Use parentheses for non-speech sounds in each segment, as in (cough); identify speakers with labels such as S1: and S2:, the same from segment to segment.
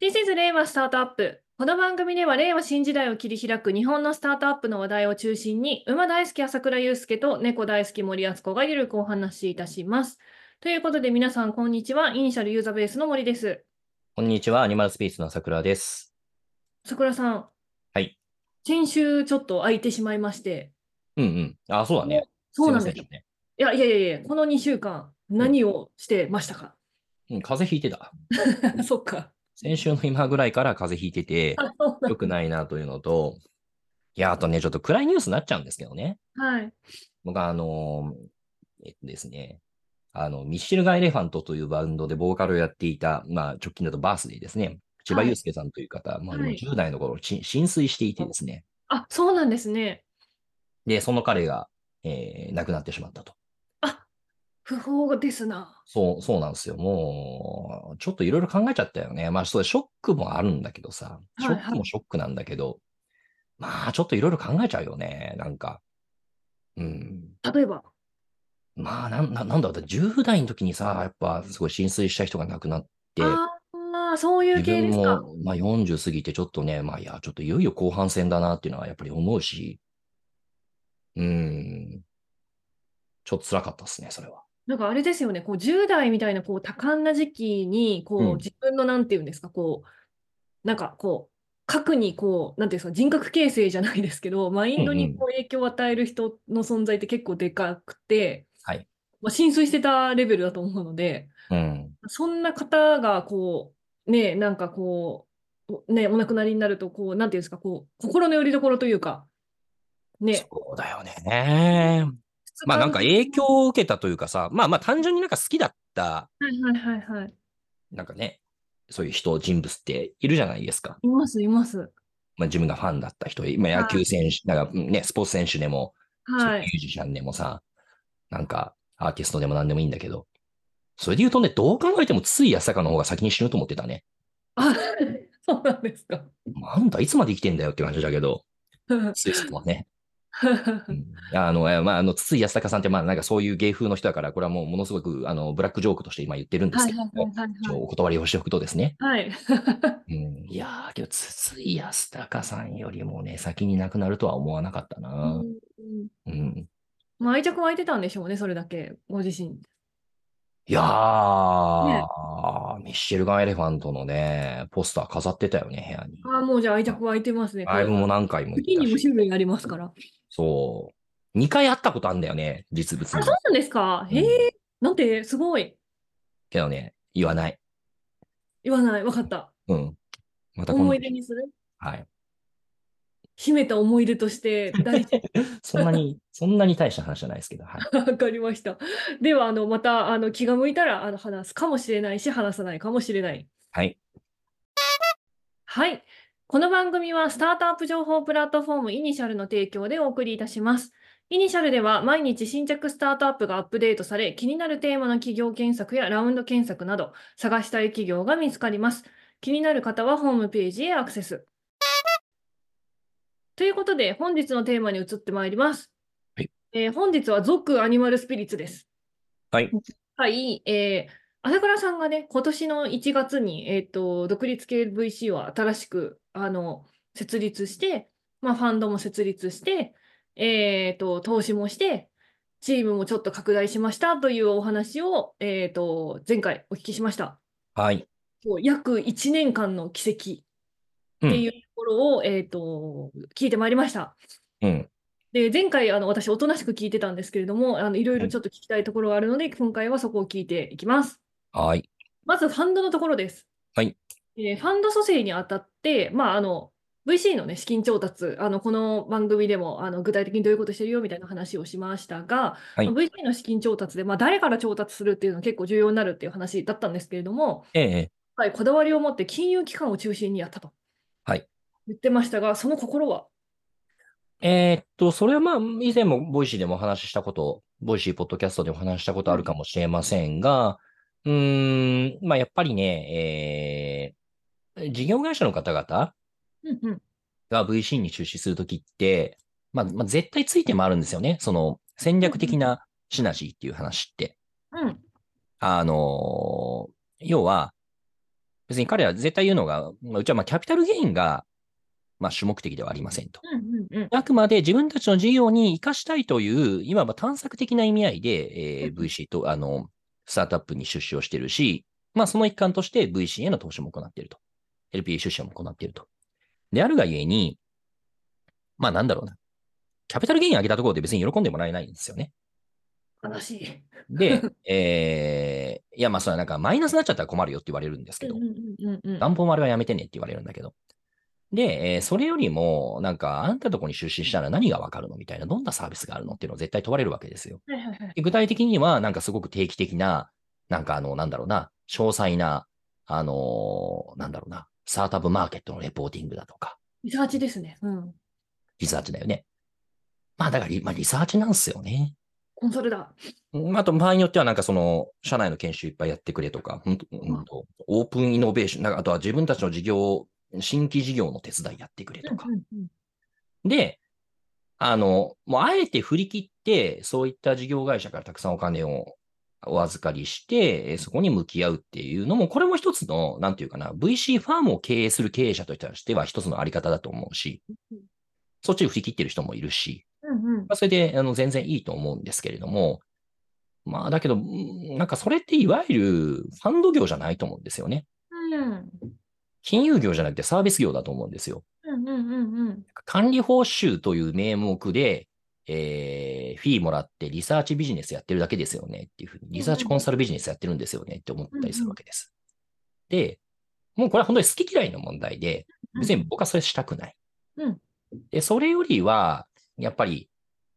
S1: This is 令和スタートアップ。この番組では令和新時代を切り開く日本のスタートアップの話題を中心に、馬大好き朝倉祐介と猫大好き森敦子がゆるくお話しいたします。ということで皆さん、こんにちは。イニシャルユーザーベースの森です。
S2: こんにちは、アニマルスピースの桜です。
S1: 桜さん。
S2: はい。
S1: 先週ちょっと空いてしまいまして。
S2: うんうん。あ、そうだね。
S1: そうなんです
S2: い
S1: よ
S2: ま。せんね。
S1: いやいやいやいや、この2週間、何をしてましたか、 (laughs)
S2: うん、風邪ひいてた。
S1: そっか。
S2: 先週の今ぐらいから風邪ひいてて、
S1: (laughs) あそうなん
S2: 良くないなというのと、いや、あとね、ちょっと暗いニュースになっちゃうんですけどね。
S1: はい。
S2: 僕は、あのーえっとですね、あの、ミッシェルガ・エレファントというバンドでボーカルをやっていた、まあ、直近だとバースデーですね。千葉
S1: はい
S2: 祐介さんという方、まあ、でも
S1: はい
S2: 10代の頃、ち浸水していてですね。
S1: あ、そうなんですね。
S2: で、その彼が、えー亡くなってしまったと。
S1: 不法ですな。
S2: そう、そうなんですよ。もう、ちょっといろいろ考えちゃったよね。まあ、そう、ショックもあるんだけどさ、
S1: はい
S2: シ
S1: は
S2: ョ
S1: い
S2: ックもショックなんだけど、まあ、ちょっといろいろ考えちゃうよね。なんか、うん。
S1: 例えば。
S2: まあ、なんななんだろう、だって10代の時にさ、やっぱ、すごい浸水した人が亡くなって、
S1: ああ、そういう
S2: 自
S1: 系
S2: 分
S1: ですか。
S2: も、まあ、40過ぎてちょっとね、まあ、いや、ちょっといよいよ後半戦だなっていうのはやっぱり思うし、うん。ちょっと辛かったですね、それは。
S1: なんかあれですよね、こう10代みたいなこう多感な時期にこう、
S2: うん
S1: 自分のなんていうんですか、こうなんかこう核にこうなんていうんですか人格形成じゃないですけど、マインド
S2: うんう
S1: に
S2: ん
S1: こう影響を与える人の存在って結構でかくて、
S2: はい
S1: まあ、浸水してたレベルだと思うので、
S2: うん。
S1: そんな方がこうねなんかこうねお亡くなりになるとこうなんていうんですかこう心の拠り所というかね
S2: そうだよね。まあなんか影響を受けたというかさ、まあまあ単純になんか好きだった、
S1: はいはいはいはい
S2: なんかね、そういう人、人物っているじゃないですか。
S1: いますいます
S2: まあ自分がファンだった人、今野球選手、なんかね、スポーツ選手でも、そう
S1: は
S2: いうミ
S1: い
S2: ュージシャンでもさ、なんかアーティストでも何でもいいんだけど、それで言うとね、どう考えてもつい安坂の方が先に死ぬと思ってたね。
S1: あ、そうなんですか。
S2: あんたいつまで生きてんだよって感じだけど、ついさんはね。うんあの、えまあ、あの、筒井康隆さんって、まあ、なんかそういう芸風の人だから、これはもうものすごく、あの、ブラックジョークとして今言ってるんです
S1: はい
S2: け
S1: はい
S2: ど
S1: は
S2: も、
S1: いはい
S2: 一応お断りをしておくとですね。
S1: はい。はい。
S2: うん、いやー、けど、筒井康隆さんよりもね、先に亡くなるとは思わなかったな。
S1: うん
S2: うん。
S1: まあ愛着湧いてたんでしょうね、それだけ、ご自身。
S2: いやー、ミッシェルガン・エレファントのね、ポスター飾ってたよね、部屋に。
S1: ああ、もうじゃあ愛着湧いてますね。
S2: ライブも何回も行
S1: 次
S2: った
S1: にも
S2: し。
S1: 種類ありますから。あ、
S2: そう。2回会ったことあんだよね、実物
S1: そう
S2: に。
S1: なんですか。へ
S2: う
S1: え、
S2: ん
S1: なんて、すごい。
S2: けどね、言わない。
S1: 言わない、わかった。
S2: うん。また今
S1: 思
S2: 度
S1: い。出にする
S2: はい。
S1: 秘めた思い出として大事
S2: そんなに、そんなに大した話じゃないですけど、はい。
S1: わかりました。では、あの、また、あの、気が向いたら、あの、話すかもしれないし、話さないかもしれない。
S2: はい。
S1: はい。この番組はスタートアップ情報プラットフォームイニシャルの提供でお送りいたします。イニシャルでは毎日新着スタートアップがアップデートされ、気になるテーマの企業検索やラウンド検索など、探したい企業が見つかります。気になる方はホームページへアクセス。ということで、本日のテーマに移ってまいります。
S2: はい
S1: えー本日は俗アニマルスピリッツです。
S2: はい。
S1: はい、えー朝倉さんがね、今年の1月に、えーと、独立系 VC を新しく、あの、設立して、まあ、ファンドも設立して、えーと、投資もして、チームもちょっと拡大しましたというお話を、えーと、前回お聞きしました。
S2: はい。
S1: こう約1年間の奇跡
S2: うん
S1: っていうところを、えーと、聞いてまいりました。
S2: うん。
S1: で、前回、あの、私、おとなしく聞いてたんですけれども、あの、いろいろちょっと聞きたいところがあるので、今回はそこを聞いていきます。
S2: はい。
S1: まずファンドのところです。
S2: はい
S1: えーファンド蘇生にあたって、まあ、あの VC の、ね、資金調達、あのこの番組でもあの具体的にどういうことしてるよみたいな話をしましたが、
S2: はい
S1: まあ VC の資金調達で、まあ、誰から調達するっていうのが結構重要になるっていう話だったんですけれども、
S2: ええ。
S1: 今回こだわりを持って金融機関を中心にやったと、
S2: はい
S1: 言ってましたが、その心は、
S2: えーっと、それはまあ、以前もボイシーでもお話ししたこと、ボイシーポッドキャストでもお話ししたことあるかもしれませんが、うーん、まあ、やっぱりね、えー事業会社の方々
S1: うんうん、
S2: が VC に出資するときって、まあ、まあ、絶対ついてもあるんですよね。その、戦略的なシナジーっていう話って。
S1: うん、
S2: あのー要は、別に彼ら絶対言うのが、まあうちはまあキャピタルゲインが、まあ、主目的ではありませんと。
S1: うんうんうん。
S2: あくまで自分たちの事業に生かしたいという、今は探索的な意味合いで、えー
S1: うん
S2: VC と、あの、スタートアップに出資をしてるし、まあその一環として VC への投資も行っていると。LP 出資も行っていると。であるがゆえに、まあなんだろうな。キャピタルゲイン上げたところで別に喜んでもらえないんですよね。
S1: 悲しい。 (laughs)
S2: で、えー、いやまあそれはなんかマイナスになっちゃったら困るよって言われるんですけど、
S1: うんうんうんうん。
S2: 元本割れはやめてねって言われるんだけど。で、えーそれよりも、なんか、あんたとこに出資したら何がわかるのみたいな、どんなサービスがあるのっていうのを絶対問われるわけですよ。
S1: はいはいはい。
S2: で具体的には、なんかすごく定期的な、なんかあの、なんだろうな、詳細な、あのーなんだろうな、スタートアップマーケットのレポーティングだとか、
S1: リサーチですね。うん。
S2: リサーチだよね。まあ、だからリ、まあ、リサーチなんですよね。
S1: コンサルだ。
S2: うんあと、場合によっては、なんかその、社内の研修いっぱいやってくれとか、ほんとうんとオープンイノベーション、なんかあとは自分たちの事業、新規事業の手伝いやってくれとか
S1: う。んうん
S2: で、あの、もうあえて振り切って、そういった事業会社からたくさんお金をお預かりして、えーそこに向き合うっていうのも、これも一つの、なんていうかな、VC ファームを経営する経営者としては一つのあり方だと思うし
S1: うん、
S2: そっちに振り切ってる人もいるし、
S1: うんうん
S2: まあそれであの全然いいと思うんですけれども、まあだけど、うんなんかそれっていわゆるファンド業じゃないと思うんですよね。
S1: うん
S2: 金融業じゃなくてサービス業だと思うんですよ。
S1: うんうんうんうん。
S2: 管理報酬という名目で、えーフィーもらってリサーチビジネスやってるだけですよねっていうふうに、リサーチコンサルビジネスやってるんですよねって思ったりするわけです。で、もうこれは本当に好き嫌いの問題で、別に僕はそれしたくない。
S1: うん
S2: で、それよりは、やっぱり、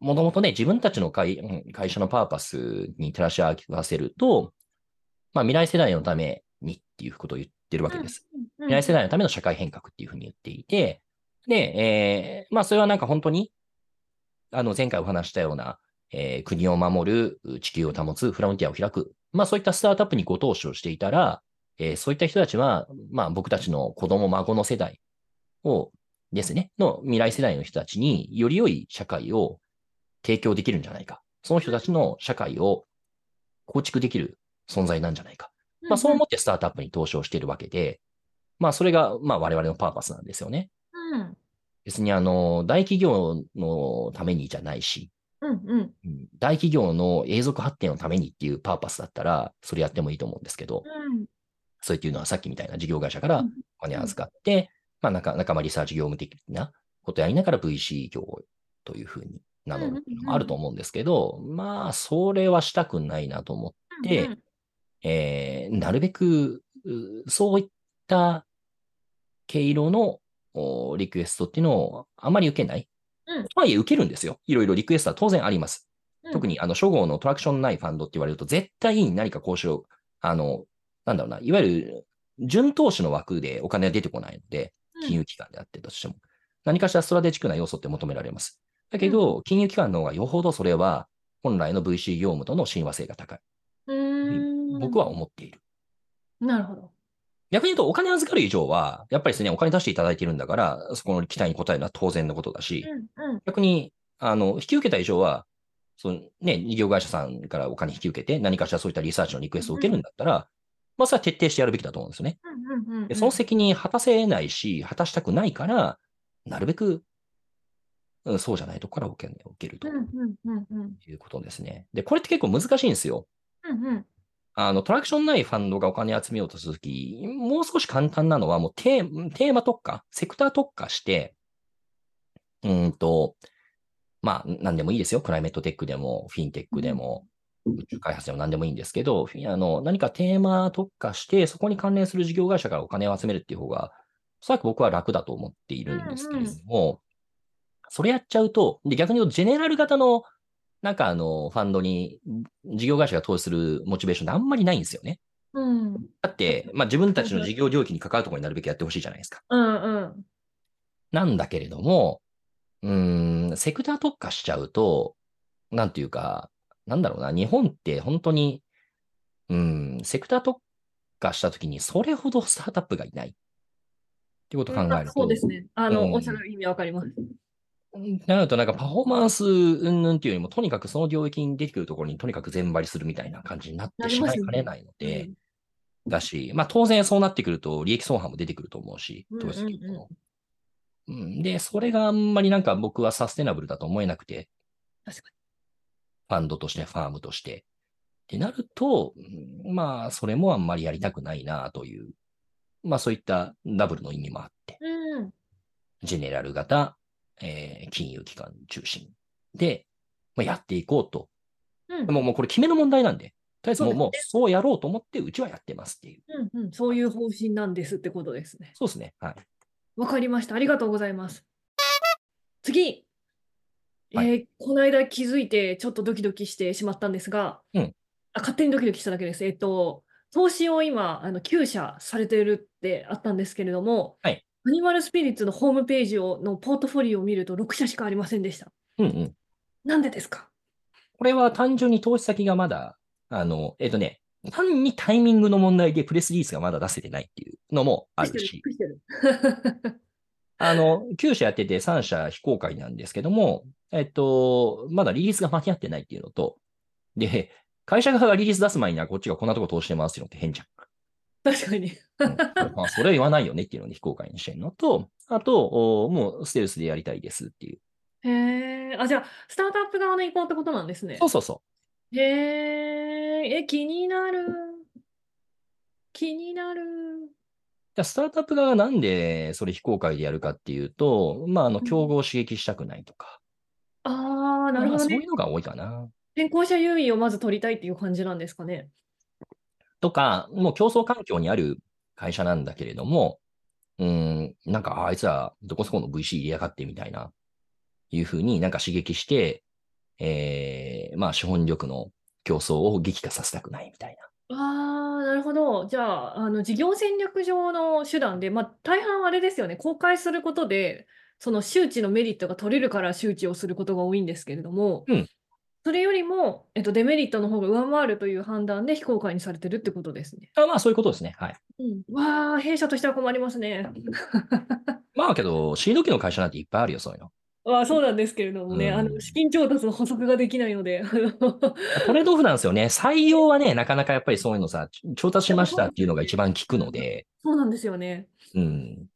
S2: もともとね、自分たちの会うん会社のパーパスに照らし合わせると、まあ未来世代のためにっていうことを言ってるわけです。
S1: うん。
S2: 未来世代のための社会変革っていうふうに言っていて、で、えーまあ、それはなんか本当に、あの、前回お話したような、えー国を守る、地球を保つ、フロンティアを開く、まあ、そういったスタートアップにご投資をしていたら、えーそういった人たちは、まあ、僕たちの子供、孫の世代を、ですね、の未来世代の人たちにより良い社会を提供できるんじゃないか。その人たちの社会を構築できる存在なんじゃないか。まあ、そう思ってスタートアップに投資をしているわけで、まあ、それが、まあ、我々のパーパスなんですよね。
S1: うん
S2: 別に、あの、大企業のためにじゃないし、
S1: うんうん
S2: うん大企業の永続発展のためにっていうパーパスだったら、それやってもいいと思うんですけど、
S1: うん
S2: そういうのはさっきみたいな事業会社から
S1: うん
S2: お金預かって、まあ、仲仲間リサーチ業務的なことやりながら VC 業というふうに名乗るっていうのもあると思うんですけど、まあ、それはしたくないなと思ってで
S1: うん
S2: えーなるべく、うそういった毛色のおリクエストっていうのをあまり受けない。
S1: うん
S2: とはいえ受けるんですよ。いろいろリクエストは当然あります。
S1: うん
S2: 特に、あの、初号のトラクションないファンドって言われると、絶対に何か交渉、あの、なんだろうな、いわゆる、準投資の枠でお金は出てこないので、金融機関であってとしても、何かしらストラテジックな要素って求められます。だけど、金融機関の方がよほどそれは、本来の VC 業務との親和性が高い。
S1: うん
S2: 僕は思っている。
S1: なるほど。
S2: 逆に言うと、お金預かる以上は、やっぱりですね、お金出していただいているんだから、そこの期待に応えるのは当然のことだし、
S1: うんうん
S2: 逆に、あの、引き受けた以上は、そのね、事業会社さんからお金引き受けて、何かしらそういったリサーチのリクエストを受けるんだったら、まあ、それは徹底してやるべきだと思うんですよね。
S1: うんうんうん
S2: でその責任果たせないし、果たしたくないから、なるべく、うん、そうじゃないとこからお金を受けると
S1: うんうんうんうん
S2: いうことですね。で、これって結構難しいんですよ。
S1: うんうん
S2: あの、トラクションないファンドがお金集めようとするとき、もう少し簡単なのは、もうテーテーマ特化、セクター特化して、うーんと、まあ、何でもいいですよ。クライメットテックでも、フィンテックでも、宇宙開発でも何でもいいんですけど、フィあの何かテーマ特化して、そこに関連する事業会社からお金を集めるっていう方が、おそらく僕は楽だと思っているんですけれども、それやっちゃうと、で逆に言うと、ジェネラル型の、なんかあの、ファンドに事業会社が投資するモチベーションってあんまりないんですよね。
S1: うん
S2: だって、まあ自分たちの事業領域に関わるところになるべくやってほしいじゃないですか。
S1: うんうん
S2: なんだけれども、うーん、セクター特化しちゃうと、なんていうか、なんだろうな、日本って本当に、うーん、セクター特化したときにそれほどスタートアップがいない。っていうことを考えると。
S1: そうですね。あの、
S2: うん
S1: おっしゃる意味わかります。
S2: なると、なんかパフォーマンス云々っていうよりも、とにかくその領域に出てくるところにとにかく全張りするみたいな感じになってしまいかねないので、だし、まあ当然そうなってくると利益相反も出てくると思うし、
S1: うんうんうん
S2: 投資企業のうんで、それがあんまりなんか僕はサステナブルだと思えなくて、
S1: 確か
S2: ファンドとして、ファームとして。ってなると、うんまあそれもあんまりやりたくないなという、まあそういったダブルの意味もあって。
S1: に。うん。
S2: ジェネラル型、えー金融機関中心で、まあ、やっていこうと。
S1: うん
S2: もうもうこれ決めの問題なんで、とりあえずもう
S1: そ
S2: も
S1: う
S2: うそうやろうと思って、うちはやってますっていう。
S1: うんうん、そういう方針なんですってことですね。
S2: そうですね。はい。
S1: わかりました。ありがとうございます。次、えー
S2: は
S1: この間気づいてちょっとドキドキしてしまったんですが、
S2: うん
S1: あ勝手にドキドキしただけです。えっと、投資を今、あの9社されてるってあったんですけれども、
S2: はい
S1: アニマルスピリッツのホームページをのポートフォリオを見ると6社しかありませんでした。
S2: うんうん。
S1: なんでですか
S2: これは単純に投資先がまだ、あの、えっ、とね、単にタイミングの問題でプレスリリースがまだ出せてないっていうのもあるし、
S1: びっくりしてるびっくりしてる
S2: あの、9社やってて3社非公開なんですけども、えっと、まだリリースが間に合ってないっていうのと、で、会社側がリリース出す前にはこっちがこんなとこ投資してますっていうのって変じゃん。
S1: 確かに。
S2: うん (laughs) まあ、それは言わないよねっていうので非公開にしてるのと、あと、おもうステルスでやりたいですっていう。
S1: へえ、あ、じゃあ、スタートアップ側の意向ってことなんですね。
S2: そうそうそ
S1: へえ、え、気になる。気になる。
S2: う。でスタートアップ側がなんでそれ非公開でやるかっていうと、まあ、あの、
S1: うん
S2: 競合を刺激したくないとか、
S1: ああ、なる
S2: ま
S1: ほど
S2: あそう
S1: ね
S2: い。うのが多いかな。
S1: 先行者優位をまず取りたいっていう感じなんですかね。
S2: とか、もう競争環境にある会社なんだけれども、うん、なんか、ああいつらどこそこの VC 入れやがってみたいな、いうふうになんか刺激して、えー、まあ、資本力の競争を激化させたくないみたいな。
S1: ああ、なるほど。じゃあ、あの事業戦略上の手段で、まあ、大半あれですよね、公開することで、その周知のメリットが取れるから周知をすることが多いんですけれども
S2: うん、
S1: それよりも、えっと、デメリットの方が上回るという判断で非公開にされてるってことですね。
S2: あまあ、そういうことですね。はい。
S1: うん、わあ、弊社としては困りますね。
S2: まあけど、シード機の会社なんていっぱいあるよ、そういうの。
S1: まあ、そうなんですけれどもね、
S2: うん
S1: あの資金調達の補足ができないの (laughs) で、あの
S2: トレードオフなんですよね。採用はね、なかなかやっぱりそういうのさ、調達しましたっていうのが一番効くので、
S1: そうなんですよね。
S2: うん。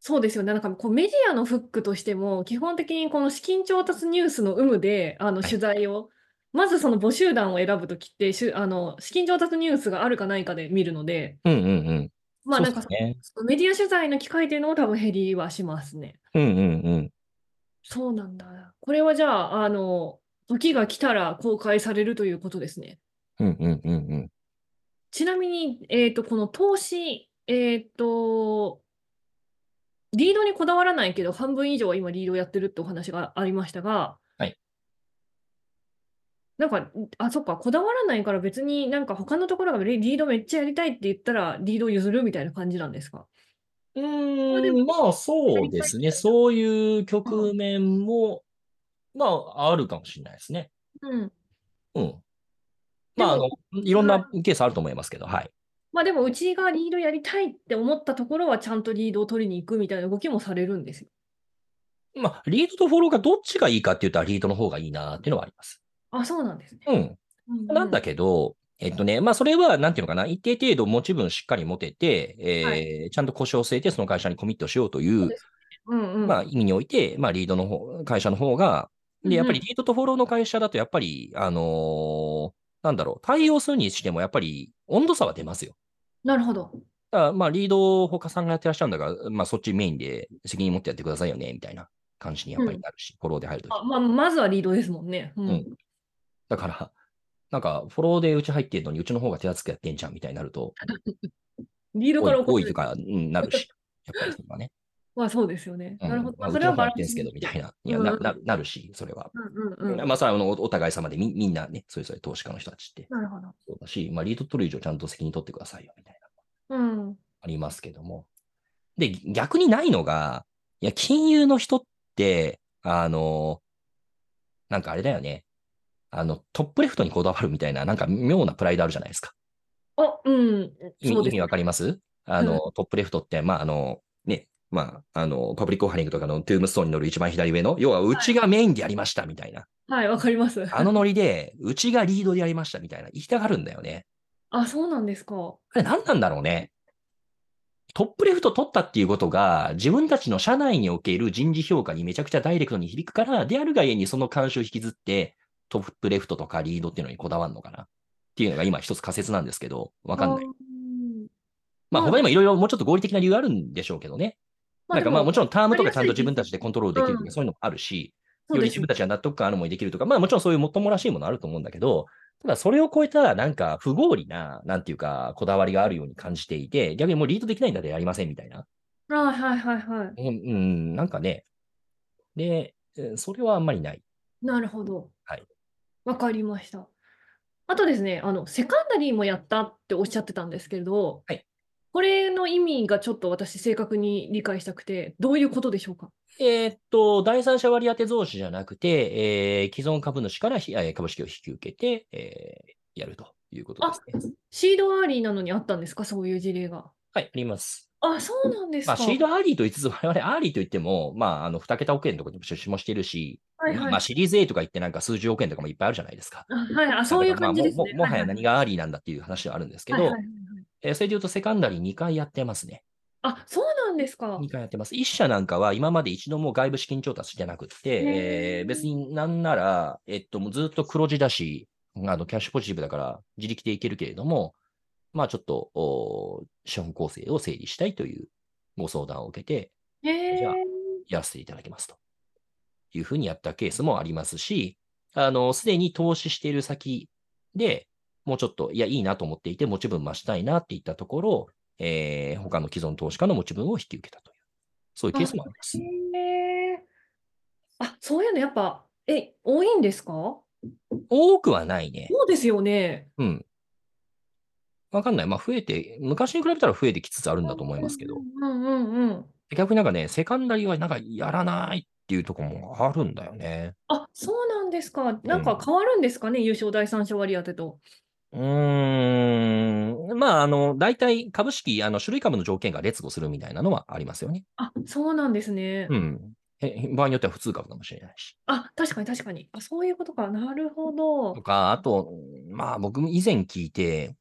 S1: そうですよね。なんかこうメディアのフックとしても、基本的にこの資金調達ニュースの有無で、あの
S2: はい
S1: 取材を、まずその募集団を選ぶときって、しゅあの資金調達ニュースがあるかないかで見るので、
S2: うんうんうん。
S1: まあ
S2: そう
S1: な
S2: で
S1: んか
S2: すね。
S1: そのメディア取材の機会っていうのも多分減りはしますね。
S2: うんうんうん。
S1: そうなんだ。これはじゃあ、あの、時が来たら公開されるということですね。
S2: うんうんうんうん。
S1: ちなみに、えっと、この投資、えっと、リードにこだわらないけど、半分以上は今リードをやってるってお話がありましたが
S2: はい、
S1: なんか、あ、そっか、こだわらないから別になんか他のところがリリードめっちゃやりたいって言ったら、リード譲るみたいな感じなんですか
S2: う
S1: まあで
S2: ーん、
S1: も
S2: まあそうですね。そういう局面も、まああるかもしれないですね。
S1: うん。
S2: うん。まああ
S1: で
S2: の、いろんなケースあると思いますけど、はい。
S1: まあでも、うちがリードやりたいって思ったところは、ちゃんとリードを取りに行くみたいな動きもされるんですよ。
S2: まあ、リードとフォローがどっちがいいかって言ったらリードの方がいいなっていうのはあります。
S1: あ、そうなんですね。
S2: うん。なんだ
S1: け
S2: けど、えっとね、まあ、それは、なんていうのかな、一定程度持ち分しっかり持てて、えー
S1: は
S2: ちゃんと腰を据えて、その会社にコミットしようという
S1: うで、うんうん。
S2: まあ、意味において、まあ、リードの方、会社の方が、
S1: うんう
S2: で、
S1: ん
S2: やっぱりリードとフォローの会社だと、やっぱり、あのーなんだろう、対応するにしても、やっぱり温度差は出ますよ。
S1: なるほど。
S2: だからまあ、リードを他さんがやってらっしゃるんだから、まあ、そっちメインで責任持ってやってくださいよね、みたいな感じにやっぱりなるし、フォローで入るとき
S1: あまあ、まずはリードですもんね。うん
S2: うんだから、なんか、フォローでうち入ってるのに、うちの方が手厚くやってんじゃんみたいになると、
S1: リード
S2: 多
S1: から
S2: い
S1: 起こ
S2: 多
S1: る
S2: いとかうんなるし、やっぱりそれはね。
S1: まあそうですよね。
S2: う
S1: (laughs)
S2: ん
S1: なるほど。
S2: まあ、
S1: そ
S2: そ
S1: れ
S2: れ
S1: は
S2: は
S1: バ
S2: バ
S1: ラ
S2: ラ
S1: ンス
S2: ンですけど、みたいな。いや、なななるし、それは。
S1: うんうんうん。
S2: まあ、それはあのおお互い様でみみんなね、それぞれ投資家の人たちって
S1: なるほど。
S2: そうだし、まあ、リード取る以上ちゃんと責任取ってくださいよ、みたいな、
S1: うん。
S2: ありますけども。で、逆にないのが、いや、金融の人って、あの、なんかあれだよね。あの、トップレフトにこだわるみたいな、なんか妙なプライドあるじゃないですか。
S1: あ、うん。
S2: 意味
S1: そうで
S2: 意
S1: す
S2: 味
S1: ね。
S2: わかりますあの、トップレフトって、まあ、あの、ね、まあ、あの、パブリックオファリングとかのトゥームストーンに乗る一番左上の、要は、うちがメインでやりました
S1: (laughs)
S2: みたいな。
S1: はい、わかります。
S2: あのノリで、うちがリードでやりましたみたいな、行きたがるんだよね。
S1: (laughs) あ、そうなんですか。
S2: あれ何なんだろうね。トップレフト取ったっていうことが、自分たちの社内における人事評価にめちゃくちゃダイレクトに響くから、であるがゆえにその慣習を引きずって、トップレフトとかリードっていうのにこだわるのかなっていうのが今一つ仮説なんですけど、わかんない。
S1: あーま
S2: まあ
S1: あ
S2: 他にもいろいろもうちょっと合理的な理由あるんでしょうけどね。
S1: まあ
S2: なんかまあもちろんタームとかちゃんと自分たち
S1: で
S2: でコントロールできると
S1: う
S2: か
S1: ん
S2: そういうのもあるし、
S1: もわ
S2: よ
S1: か
S2: り
S1: りやす
S2: 自
S1: い
S2: 分たちが納得感あるものにできるとか、まあもちろんそういうもっともらしいものあると思うんだけど、ただそれを超えたなんか不合理な、なんていうかこだわりがあるように感じていて、逆にもうリードできないんだでやりませんみたいな。
S1: そうですはいはいはいは
S2: うん、うんなんかね。で、えーそれはあんまりない。
S1: い。なるほど。
S2: はい。
S1: わかりました。あとですね、あの、セカンダリーもやったっておっしゃってたんですけれど、
S2: はい
S1: これの意味がちょっと私正確に理解したくて、どういうことでしょうか
S2: えーっと、第三者割当増資じゃなくて、えー既存株主からひえー株式を引き受けて、えーやるということですね。
S1: シードアーリーなのにあったんですかそういう事例が。
S2: はい、あります。
S1: あ、そうなんです
S2: ま
S1: か。
S2: あ、シードアーリーと言いつつ、我々アーリーと言っても、まあ、あの、2桁億円とかにも出資もしてるし、
S1: はいはい。
S2: まあ、シリーズ A とか言ってなんか数十億円とかもいっぱいあるじゃないですか。
S1: あはい、あ、そういう感じです
S2: まあ
S1: ね。
S2: もももはや何がアーリーなんだっていう話ではあるんですけ
S1: はい
S2: ど
S1: はいはいはい、
S2: えーそれで言うとセカンダリー2回やってますね。
S1: あ、そうなんですか。
S2: 2回やってます。1社なんかは今まで一度も外部資金調達してなくって、
S1: へ
S2: え
S1: ー
S2: ー別になんなら、えっと、もうずっと黒字だし、あのキャッシュポジティブだから自力でいけるけれども、まあちょっと、お資本構成を整理したいというご相談を受けて、
S1: へ
S2: じ
S1: え
S2: ゃあ。やらせていただきますというふうにやったケースもありますし、あの、すでに投資している先でもうちょっと、いや、いいなと思っていて、持ち分増したいなっていったところ、えー他の既存投資家の持ち分を引き受けたという、そういうケースもあります。
S1: へえ。あ、そういうのやっぱ、え、多いんですかそ
S2: 多くはないね。
S1: うですよね。
S2: うん。わかんない。まあ、増えて、昔に比べたら増えてきつつあるんだと思いますけど、
S1: うんうんうんうん。
S2: 逆になんかね、セカンダリーはなんかやらないっていうところもあるんだよね。
S1: あ、そうなんですか。なんか変わるんですかね、優勝第三者割当てと。
S2: うーん、まあ、あの、大体株式、あの、種類株の条件が劣後するみたいなのはありますよね。
S1: あ、そうなんですね。
S2: うん。え場合によっては普通株かもしれないし。
S1: あ、確かに確かに。あ、そういうことか。なるほど
S2: と。か、あと、うんまあ、僕も以前聞いて、なん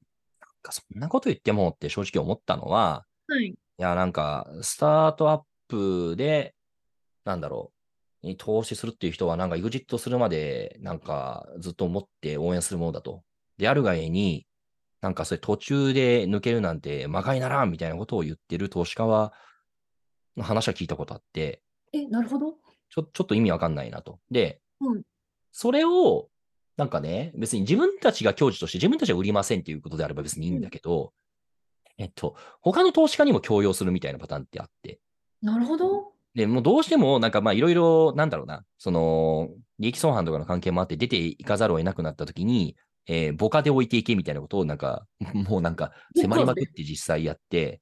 S2: かそんなこと言ってもって正直思ったのは、
S1: はい。
S2: いや、なんか、スタートアップで、なんだろう、に投資するっていう人は、なんか、EXIT するまで、なんか、ずっと思って応援するものだと。であるがえに、なんか、それ途中で抜けるなんて、まがいならんみたいなことを言ってる投資家は、の話は聞いたことあって、
S1: え、なるほど。
S2: ちょ、ちょっと意味わかんないなと。で、
S1: うん
S2: それを、なんかね、別に自分たちが教授として自分たちは売りませんっていうことであれば別にいいんだけど、えっと、他の投資家にも強要するみたいなパターンってあって、
S1: なるほど。
S2: で、もうどうしても、なんかまあいろいろ、なんだろうな、その、利益相反とかの関係もあって出ていかざるを得なくなったときに、えー、母家で置いていけみたいなことを、なんか、 (laughs) もうなんか、迫りまくって実際やって、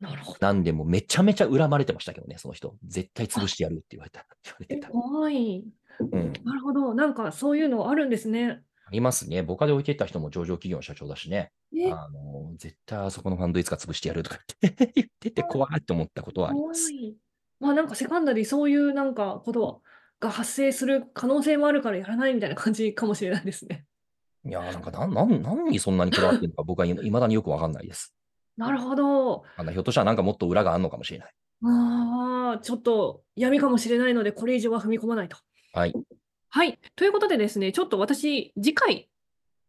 S1: なるほど。
S2: なんでもうめちゃめちゃ恨まれてましたけどね、その人。絶対潰してやるって言われた。言われて
S1: え、
S2: た。
S1: 怖い。
S2: うん。
S1: なるほど。なんかそういうのあるんですね。
S2: ありますね。母家で置いていった人も上場企業の社長だしね。
S1: え、
S2: あの、絶対あそこのファンドいつか潰してやるとか言って言ってて怖いって思ったことはあり
S1: 怖
S2: ます。
S1: い。まあなんかセカンダリーそういうなんかことが発生する可能性もあるからやらないみたいな感じかもしれないですね。
S2: いやー、なんかなん、なん、何にそんなにこだわってるのか僕はいまだによくわかんないです。
S1: (laughs) なるほど。
S2: あのひょっとしたらなんかもっと裏があるのかもしれない。
S1: ああ、ちょっと闇かもしれないので、これ以上は踏み込まないと。
S2: はい。
S1: はい。ということでですね、ちょっと私、次回、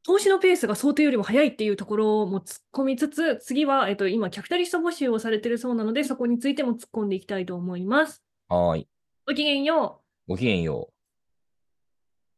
S1: 投資のペースが想定よりも早いっていうところも突っ込みつつ、次は、えっと、今、キャピタリスト募集をされてるそうなので、そこについても突っ込んでいきたいと思います。
S2: はーい。
S1: ごきげんよう。
S2: ごきげんよう。